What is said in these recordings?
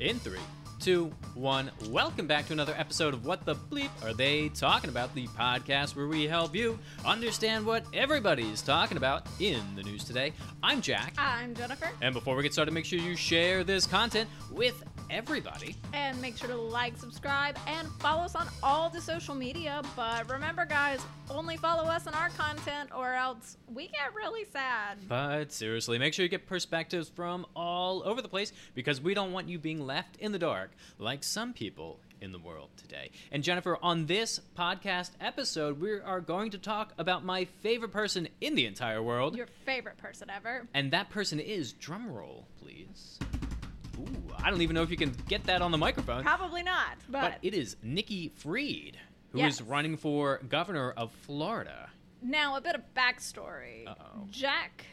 In three, two, one. Welcome back to another episode of What the Bleep Are They Talking About? The podcast where we help you understand what everybody is talking about in the news today. I'm Jack. I'm Jennifer, And before we get started, make sure you share this content with everybody. and make sure to like, subscribe, and follow us on all the social media. But remember, guys, only follow us on our content, or else we get really sad. But seriously, make sure you get perspectives from all over the place because we don't want you being left in the dark like some people in the world today. And Jennifer, on this podcast episode, we are going to talk about my favorite person in the entire world. Your favorite person ever. and that person is, drumroll, please. Ooh, I don't even know if you can get that on the microphone. Probably not, but, But it is Nikki Freed, who is Yes. running for governor of Florida. now a bit of backstory. Uh-oh. Jack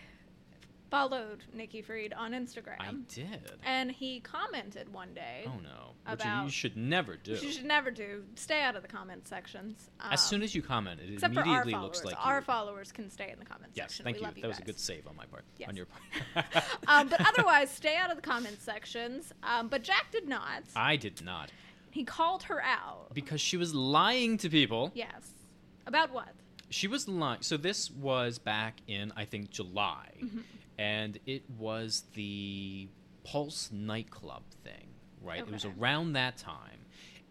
followed Nikki Freed on Instagram, I did. and he commented one day. Oh no. Which you About- should never do. which you should never do. Stay out of the comment sections. As um, soon as you comment, it Except for our immediately followers. looks like our you- followers can stay in the comment Yes, section. thank we you. Love you. that was a guys. good save on my part. Yes. On your part. um, but otherwise, stay out of the comment sections. Um, but Jack did not. I did not He called her out. because she was lying to people. Yes. About what? She was lying. So this was back in I think July, and it was the Pulse nightclub thing, right? It was Okay. around that time.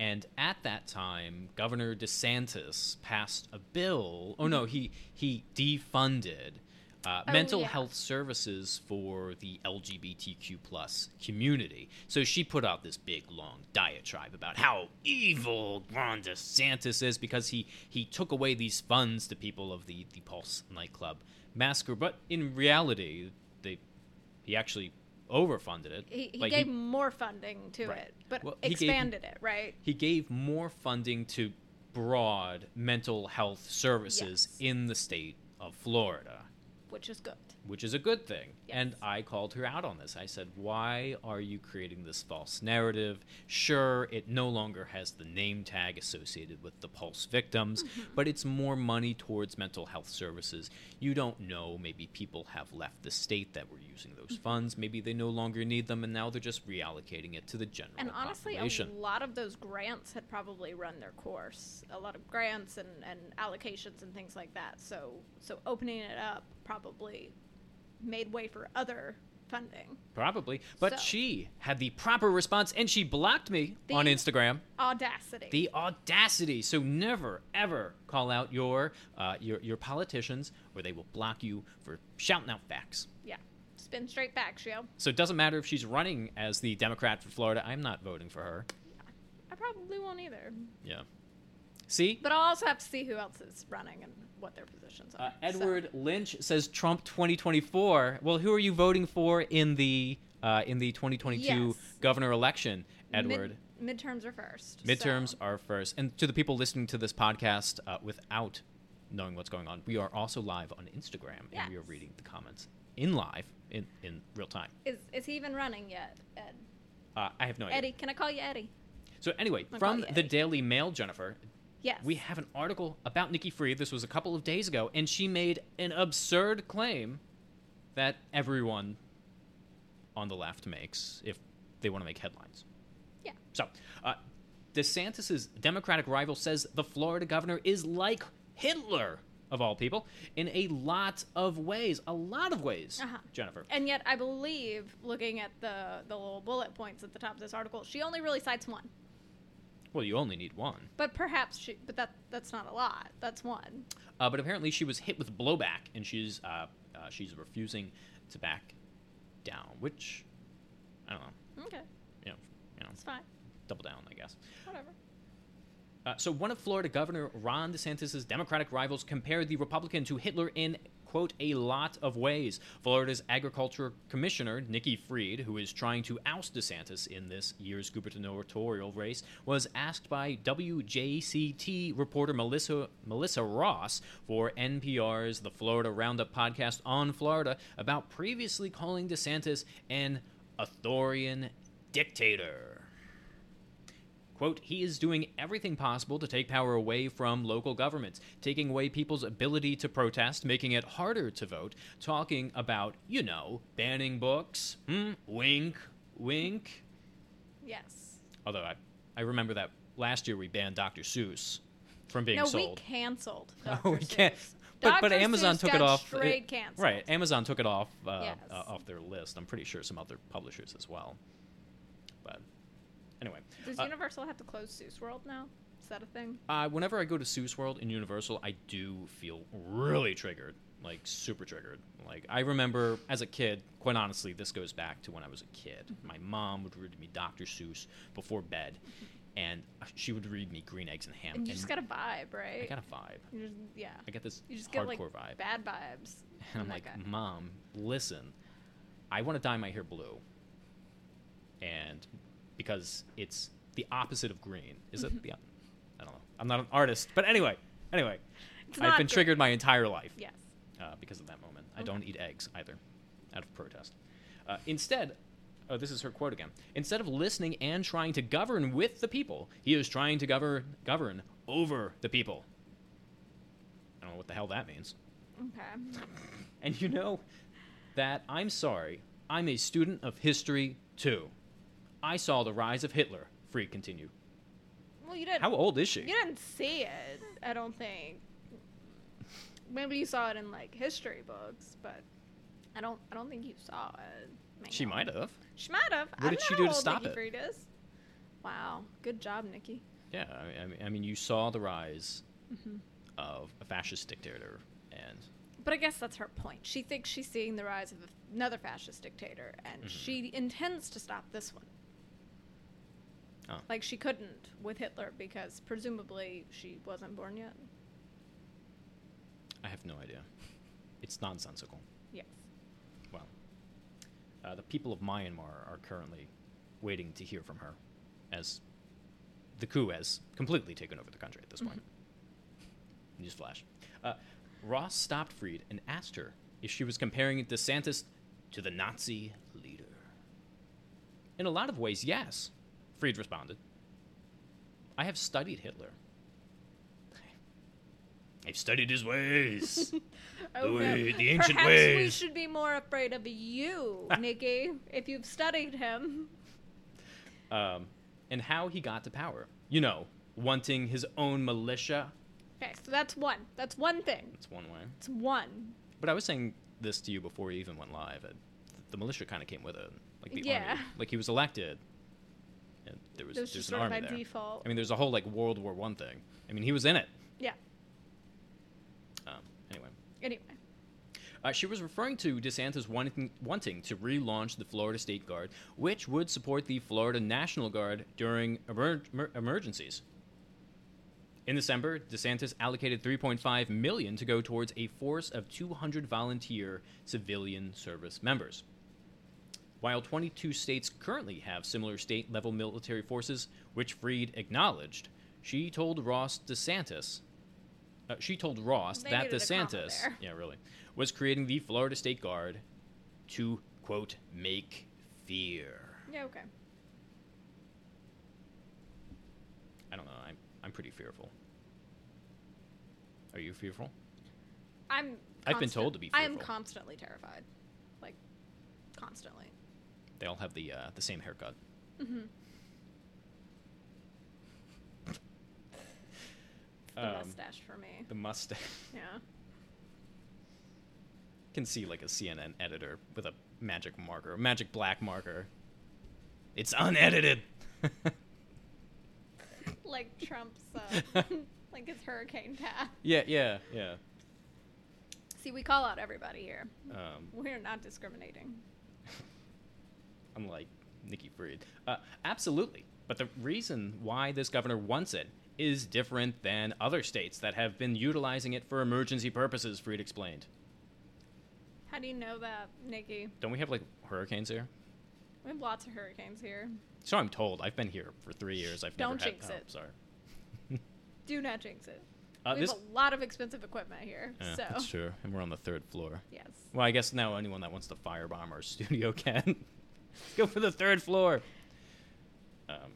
And at that time, Governor DeSantis passed a bill. Oh no, he he defunded uh, Oh, mental yeah. health services for the LGBTQ plus community. So she put out this big long diatribe about how evil Ron DeSantis is because he he took away these funds to people of the the Pulse nightclub massacre. But in reality, they he actually overfunded it. He, he Like, gave more funding to Right. it, but Well, he gave- expanded it, right? he gave more funding to broad mental health services Yes. in the state of Florida. Which is good. which is a good thing. And Yes. I called her out on this. I said, Why are you creating this false narrative? Sure, it no longer has the name tag associated with the Pulse victims, Mm-hmm. but it's more money towards mental health services. You don't know. Maybe people have left the state that were using those Mm-hmm. funds. Maybe they no longer need them, and now they're just reallocating it to the general And honestly, population. a lot of those grants had probably run their course. A lot of grants and, and allocations and things like that. So, so opening it up probably made way for other funding. Probably. But So- she had the proper response, and she blocked me The- on Instagram. Audacity. The audacity! So never, ever call out your uh, your your politicians, or they will block you for shouting out facts. yeah. Spin straight back, Shio. So it doesn't matter if she's running as the Democrat for Florida. I'm not voting for her. I probably won't either. Yeah. See, Uh, But I'll also have to see who else is running and what their positions are. uh, so. Edward Lynch says Trump 2024. Well, who are you voting for in the uh, in the 2022 Yes. governor election, Mid- Edward? midterms are first. Midterms so- are first. And to the people listening to this podcast uh, without knowing what's going on, we are also live on Instagram and we are Yes. reading the comments in live, in, in real time. Is, is he even running yet, Ed? Uh, I have no idea. Eddie, can I call you Eddie? So, anyway, I'll from call you the Eddie. Daily Mail, Jennifer, Yes. we have an article about Nikki Free. This was a couple of days ago, and she made an absurd claim that everyone on the left makes if they want to make headlines. Yeah. So, uh, DeSantis' Democratic rival says the Florida governor is like Hitler, of all people, in a lot of ways. A lot of ways, Uh-huh. Jennifer. And yet, I believe, looking at the, the little bullet points at the top of this article, she only really cites one. Well, you only need one. But perhaps she, but that that's not a lot. That's one. Uh, but apparently, she was hit with blowback, and she's uh, uh, she's refusing to back down. Which I don't know. Okay, You know, you know, it's fine. double down, I guess. Whatever. Uh, so, one of Florida Governor Ron DeSantis' Democratic rivals compared the Republican to Hitler in, quote, a lot of ways. Florida's Agriculture Commissioner, Nikki Freed, who is trying to oust DeSantis in this year's gubernatorial race, was asked by WJCT reporter Melissa, Melissa Ross for NPR's The Florida Roundup podcast on Florida about previously calling DeSantis an Athorian dictator. Quote, he is doing everything possible to take power away from local governments, taking away people's ability to protest, making it harder to vote, talking about, you know, banning books. Hmm? Wink, wink. Yes. Although I, I remember that last year we banned Dr. Seuss from being no, sold. we canceled. Oh, Dr. we can't- Seuss. But, but Dr. Amazon Seuss took got it off. it- Straight canceled. right, Amazon took it off uh, Yes. uh, off their list. I'm pretty sure some other publishers as well. But anyway, Does uh, Universal have to close Seuss World now? Is that a thing? uh, whenever I go to Seuss World in Universal, I do feel really triggered, like super triggered. Like I remember as a kid, quite honestly, this goes back to when I was a kid. My mom would read me Dr. Seuss before bed, and uh, she would read me Green Eggs and Ham. And you just got a vibe, right? I got a vibe. You just, yeah. I get this You just hardcore get like vibe. bad vibes. And I'm from that like, mm-hmm. guy. Mom, listen, I want to dye my hair blue. And because it's the opposite of green. Is Mm-hmm. it the op- I don't know. I'm not an artist. But anyway, anyway, It's I've not been good. triggered my entire life Yes. uh, because of that moment. I Okay. don't eat eggs either, out of protest. Uh, instead, oh, this is her quote again. Instead of listening and trying to govern with the people, he is trying to govern govern over the people. I don't know what the hell that means. Okay. And you know that I'm sorry, I'm a student of history too. I saw the rise of Hitler. Free continue. Well, you didn't. How old is you she? didn't see it. I don't think. Maybe you saw it in like history books, but I don't. I don't think you saw it. May She not. might have. She might have. What did she do to stop Nikki it? Fried is. Wow. Good job, Nikki. Mm-hmm. Yeah, I- I mean, I mean, you saw the rise of a fascist dictator, and But I guess that's her point. She thinks she's seeing the rise of another fascist dictator, and Mm-hmm. she intends to stop this one. Oh. Like she couldn't with Hitler because presumably she wasn't born yet. I have no idea. It's nonsensical. Yes. Well, uh, the people of Myanmar are currently waiting to hear from her, as the coup has completely taken over the country at this point. Newsflash. Uh, Ross stopped Fried and asked her if she was comparing DeSantis to the Nazi leader. In a lot of ways, yes, Fried responded. I have studied Hitler. I've studied his ways. Oh, no. way- the ancient Perhaps we ways. Ah. should be more afraid of you, Nikki, if you've studied him. um, and how he got to power. You know, wanting his own militia. Okay, so that's one. That's one thing. That's one way. It's one. But I was saying this to you before we even went live. uh, the militia kind of came with it, like the army. Yeah. Like he was elected, and there was It was there's just an sort of army by there. default. I mean, there's a whole like World War One thing. I mean, he was in it. yeah. Um, anyway. Anyway. Uh, she was referring to DeSantis wanting, wanting to relaunch the Florida State Guard, which would support the Florida National Guard during emer- emer- emergencies. In December, DeSantis allocated 3.5 million to go towards a force of 200 volunteer civilian service members. While 22 states currently have similar state level military forces, which Freed acknowledged, she told Ross DeSantis. uh, she told Ross They that needed a comma DeSantis, there. yeah, really, was creating the Florida State Guard to, quote, make fear. Yeah, okay. I don't know. I'm, I'm pretty fearful. Are you fearful? I'm. I've been told to be I am fearful. constantly terrified, like constantly. They all have the uh, the same haircut. Mm-hmm. It's the Um, mustache for me. The mustache Yeah. can see like a CNN editor with a magic marker, a magic black marker. It's unedited. Like Trump's, uh, like his hurricane path. yeah, yeah, yeah. See, we call out everybody here. Um, We're not discriminating. unlike Nikki Fried. Uh, absolutely. But the reason why this governor wants it is different than other states that have been utilizing it for emergency purposes, Fried explained. How do you know that, Nikki? Don't we have like hurricanes here? We have lots of hurricanes here. So I'm told. I've been here for three years. I've Don't never jinx had. it. Oh, sorry. Do not jinx it. Uh, we this, have a lot of expensive equipment here, yeah, so that's true. And we're on the third floor. yes. Well, I guess now anyone that wants to firebomb our studio can. Go for the third floor. Um,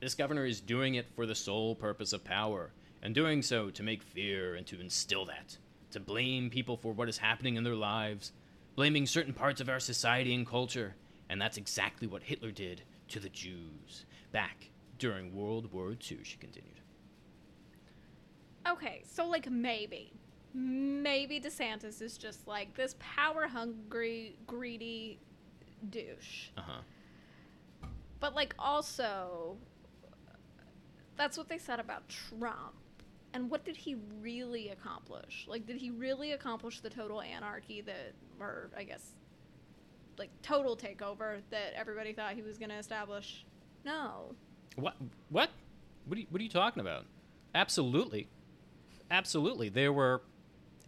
this governor is doing it for the sole purpose of power, and doing so to make fear and to instill that, to blame people for what is happening in their lives, blaming certain parts of our society and culture, And that's exactly what Hitler did to the Jews back during World War II, she continued. Okay, so like maybe, maybe DeSantis is just like this power hungry, greedy douche. Uh huh. But like also, that's what they said about Trump. And what did he really accomplish? Like, did he really accomplish the total anarchy that, or I guess, like total takeover that everybody thought he was going to establish? No. What? What? What are, you, what are you talking about? Absolutely, absolutely. There were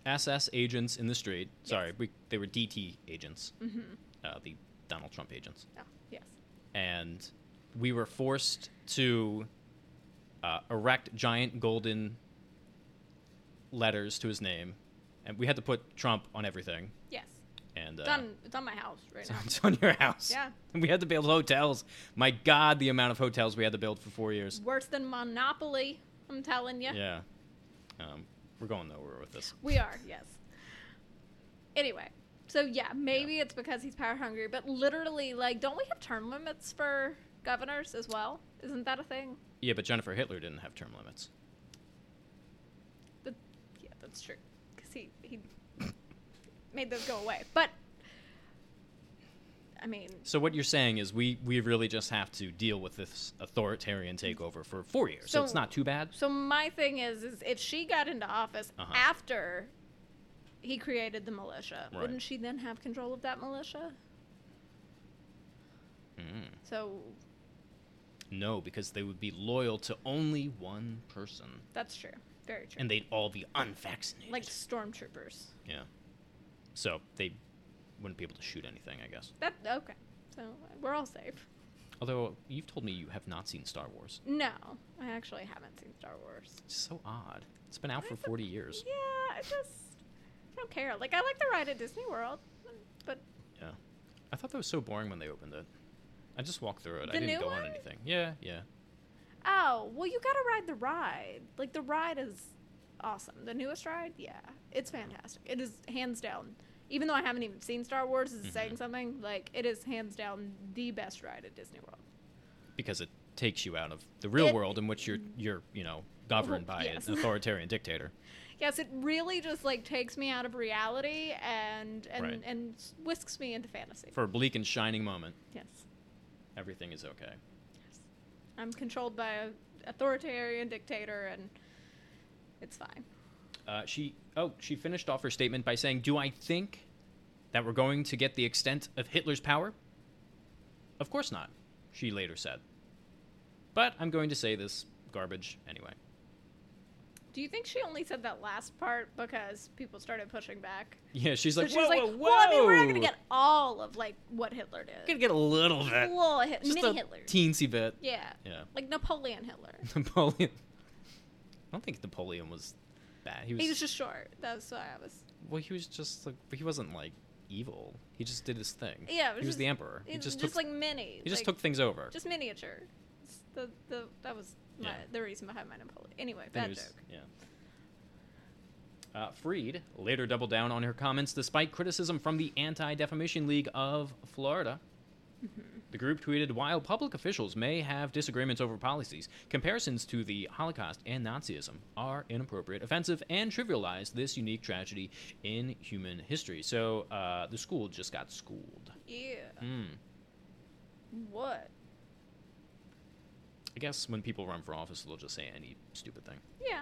SS agents in the street. Sorry, we, they were DT agents, Mm-hmm. uh, the Donald Trump agents, Oh, yes. and we were forced to uh, erect giant golden letters to his name, and we had to put Trump on everything. Yes. And uh, It's on, it's on my house right now. It's on your house. Yeah. And we had to build hotels. My God, the amount of hotels we had to build for four years. Worse than Monopoly, I'm telling you. Yeah. Um, we're going nowhere with this. We are, yes. Anyway, so yeah, maybe it's because he's power hungry, but literally, like, don't we have term limits for governors as well? Isn't that a thing? Yeah, but Jennifer Hitler didn't have term limits. That, yeah, that's true. Because he, he made those go away. But, I mean, So what you're saying is we, we really just have to deal with this authoritarian takeover for four years. So, it's So- not too bad. so my thing is, is if she got into office Uh-huh. after he created the militia, Right. wouldn't she then have control of that militia? Mm. So No, because they would be loyal to only one person, that's true. Very true. and they'd all be unvaccinated. like stormtroopers. yeah. So they wouldn't be able to shoot anything, I guess. That okay. So we're all safe. Although you've told me you have not seen Star Wars. No, I actually haven't seen Star Wars. It's so odd. It's been out for Why is it- 40 years. Yeah, I just I don't care. Like I like the ride at Disney World, but Yeah. I thought that was so boring when they opened it. I just walked through it. I The didn't new go on one? anything. Yeah, yeah. oh well, you gotta ride the ride. Like the ride is awesome. The newest ride, yeah, it's fantastic. It is hands down. Even though I haven't even seen Star Wars, is Mhm. saying something like it is hands down the best ride at Disney World. Because it takes you out of the real It- world in which you're you're, you know, governed by yes. an authoritarian dictator. Yes, it really just like takes me out of reality and and Right. and whisks me into fantasy. For a bleak and shining moment, yes. everything is okay. I'm controlled by a authoritarian dictator, and it's fine. Uh, she oh, she finished off her statement by saying, "Do I think that we're going to get the extent of Hitler's power?" Of course not, she later said. But I'm going to say this garbage anyway. Do you think she only said that last part because people started pushing back? Yeah, she's like, so whoa, she's like, whoa, whoa. "Well, I mean, we're not gonna get all of like what Hitler did. gonna get a little a bit. little Hit- Just mini a Hitler. teensy bit. yeah, Yeah. like Napoleon Hitler. Napoleon. I don't think Napoleon was bad. He was, He was just short. That's why I was. well. He was just like he wasn't like evil. He just did his thing. Yeah, it was he was just- the emperor. He It's just, just, took like mini. he just like, took things over. just miniature. It's The, the, that was my, Yeah. the reason behind my Napoleon. Anyway, Then he bad was- joke. Yeah. Uh, Freed later doubled down on her comments despite criticism from the Anti Defamation League of Florida. Mm-hmm. The group tweeted While public officials may have disagreements over policies, comparisons to the Holocaust and Nazism are inappropriate, offensive, and trivialize this unique tragedy in human history. So uh, the school just got schooled. Yeah. Hmm. What? I guess when people run for office, they'll just say any stupid thing. Yeah.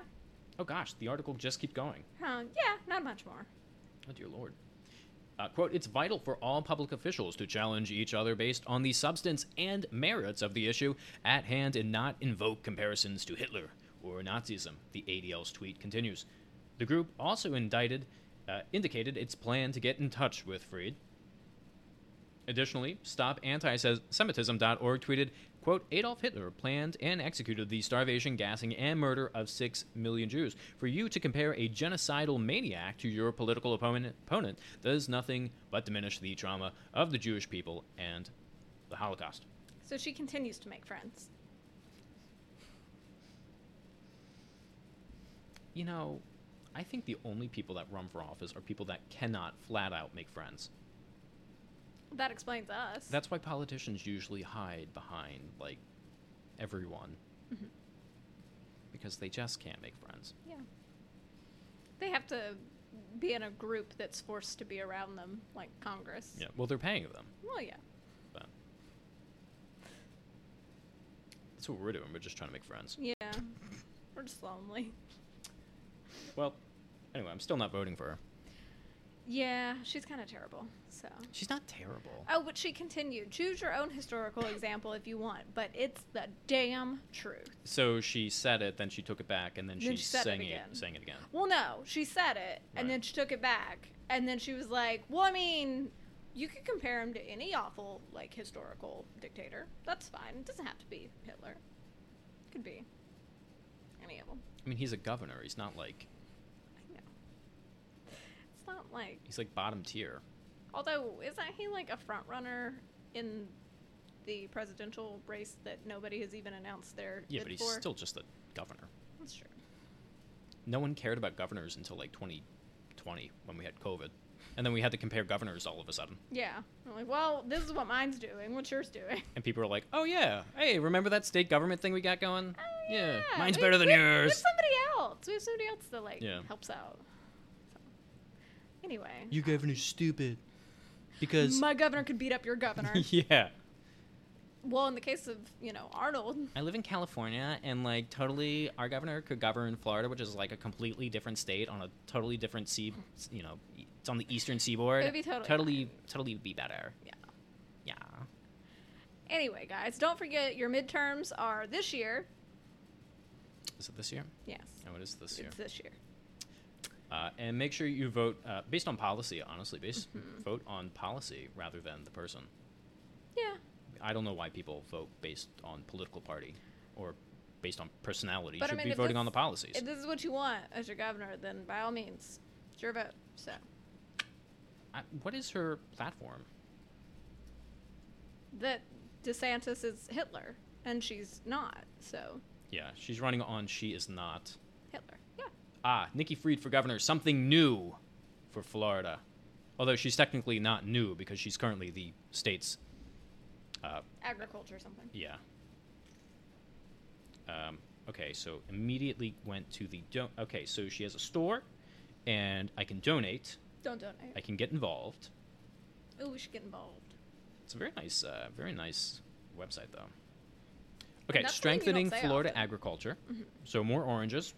Oh gosh, the article just keep going. Huh. Yeah. Not much more. Oh, dear Lord. Uh, quote, it's vital for all public officials to challenge each other based on the substance and merits of the issue at hand and not invoke comparisons to Hitler or Nazism, the ADL's tweet continues. The group also indicted, uh, indicated its plan to get in touch with Fried. Additionally, StopAntisemitism.org tweeted, quote, Adolf Hitler planned and executed the starvation, gassing, and murder of six million Jews. For you to compare a genocidal maniac to your political opponent, opponent does nothing but diminish the trauma of the Jewish people and the Holocaust. So she continues to make friends. You know, I think the only people that run for office are people that cannot flat out make friends. That explains us. That's why politicians usually hide behind like everyone Mhm. because they just can't make friends. yeah. They have to be in a group that's forced to be around them, like Congress. Yeah. Well, they're paying them, Well, yeah. but that's what we're doing. We're just trying to make friends. Yeah. We're just lonely. Well, anyway, I'm still not voting for her. Yeah, she's kind of terrible. So. She's not terrible. Oh, but she continued. Choose your own historical example if you want, but it's the damn truth. So she said it, then she took it back, and then Then she, she said it sang it, again. sang it again. Well, no, she said it, and Right. then she took it back, and then she was like, "Well, I mean, you could compare him to any awful like historical dictator. That's fine. It doesn't have to be Hitler. It could be any of them. I mean, he's a governor. He's not like I know. It's not like, he's like bottom tier. although, isn't he like a front runner in the presidential race that nobody has even announced their Yeah, bid but he's for? still just a governor. That's true. No one cared about governors until like 2020 when we had COVID, and then we had to compare governors all of a sudden. Yeah. I'm like, well, this is what mine's doing. What's yours doing? And people are like, "Oh yeah, hey, remember that state government thing we got going? Oh, mine's We- better than we- We have yours." somebody else. We have somebody else that like Yeah. helps out. So, anyway, Your governor's stupid. Because my governor could beat up your governor. yeah, well, in the case of you know Arnold, I live in California, and like totally, our governor could govern Florida, which is like a completely different state on a totally different sea. You know, it's on the eastern seaboard. It'd be totally totally, totally be better. yeah. Yeah. Anyway, guys, don't forget your midterms are this year. Is it this year? Yes, Oh, it is this year. it's this year. Uh, and make sure you vote uh, based on policy. Honestly, based Mm-hmm. vote on policy rather than the person. Yeah, I don't know why people vote based on political party or based on personality. You But I should mean, be if voting on the this- policies. if this is what you want as your governor, then by all means, it's your vote. So I, what is her platform? that DeSantis is Hitler, and she's not. So Yeah, she's running on she is not. Hitler. Yeah. Ah, Nikki Fried for governor. Something new for Florida. Although she's technically not new because she's currently the state's. Uh, Agriculture or something. yeah. Um, okay, so immediately went to the. Don- okay, so she has a store, and I can donate. Don't donate. I can get involved. Oh, we should get involved. It's a very nice, uh, very nice website, though. Okay, That's something you don't strengthening say Florida often. Mm-hmm. agriculture. So more oranges,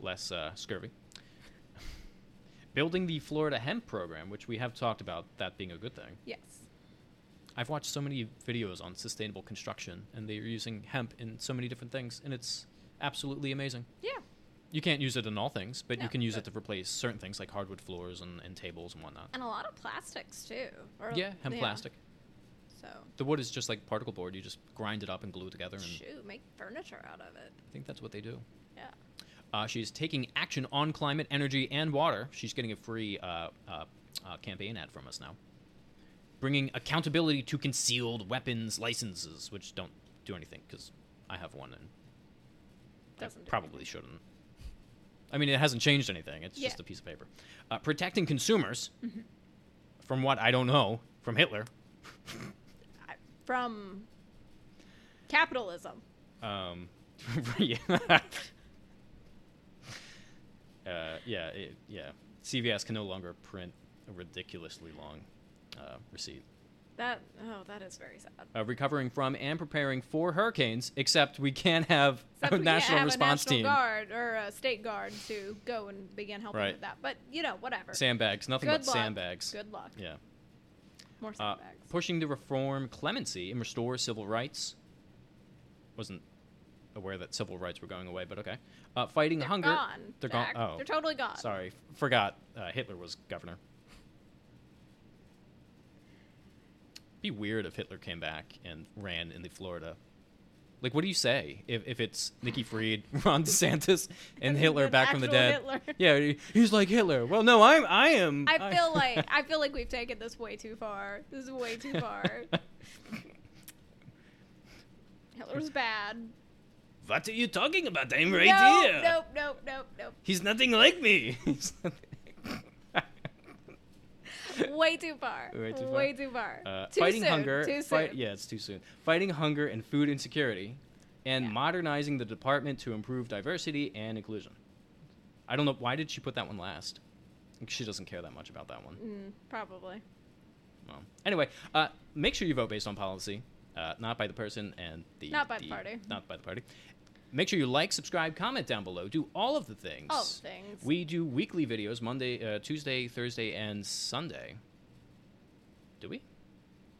less uh, scurvy. Building the Florida hemp program, which we have talked about that being a good thing. Yes. I've watched so many videos on sustainable construction, and they are using hemp in so many different things, and it's absolutely amazing. Yeah. You can't use it in all things, but you No, can use but- it to replace certain things like hardwood floors and, and tables and whatnot. And uh, a lot of plastics too. Or, Yeah, hemp plastic. So The wood is just like particle board. You just grind it up and glue it together, and shoot, make furniture out of it. I think that's what they do. Yeah. Uh, she's taking action on climate, energy, and water. She's getting a free uh, uh, uh, campaign ad from us now. Bringing accountability to concealed weapons licenses, which don't do anything because I have one and Doesn't I do probably shouldn't. I mean, it hasn't changed anything. It's Yeah. Mm-hmm. just a piece of paper. Uh, protecting consumers from what I don't know from Hitler. I, from capitalism. Um, yeah. uh, yeah, it, yeah. CVS can no longer print a ridiculously long uh, receipt. That oh, that is very sad. Uh, recovering from and preparing for hurricanes, except we can't have Except a we can't national have response a national team. guard or a state guard to go and begin helping Right. with that. But you know, whatever. Sandbags, nothing Good but luck. sandbags. Good luck. Yeah. More Uh, sandbags. pushing to reform clemency and restore civil rights. Wasn't aware that civil rights were going away, but okay. Uh, fighting They're hunger. gone. They're gone. Jack. Oh, They're totally gone. Sorry, f- forgot uh, Hitler was governor. Be weird if Hitler came back and ran in the Florida. Like, what do you say if, if it's Nikki Fried, Ron DeSantis, and Hitler An back from the actual dead? Hitler. Yeah, he- he's like Hitler. Well, no, I'm I am. I feel like I feel like we've taken this way too far. This is way too far. Hitler's bad. what are you talking about? I'm right no, here. Nope, nope, nope, nope. He's nothing like me. He's nothing- way too far. Way too far. Way too far. Uh, too fighting soon, hunger. Too fight- soon. yeah, it's too soon. Fighting hunger and food insecurity, and Yeah. modernizing the department to improve diversity and inclusion. I don't know why did she put that one last. She doesn't care that much about that one. Mm, probably. Well, anyway, uh, make sure you vote based on policy, uh, not by the person and the Not by the party. Not by the party. Make sure you like, subscribe, comment down below. Do all of the things. All the things. We do weekly videos Monday, uh, Tuesday, Thursday, and Sunday. Do we?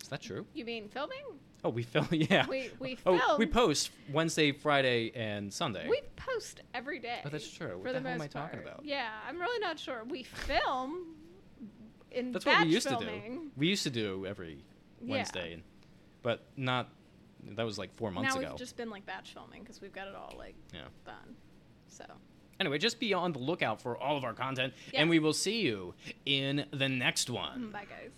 Is that true? You mean filming? Oh, we film. Yeah. We- we Oh, we film. post Wednesday, Friday, and Sunday. We post every day. Oh, that's true. What for the hell most am I talking part. about? Yeah, I'm really not sure. We film in That's batch what we used to do. filming. We used to do every Yeah. Wednesday, and but not. That was like four months now ago. we've just been like batch filming because we've got it all like yeah. done. So Anyway, just be on the lookout for all of our content, Yeah. and we will see you in the next one. bye guys.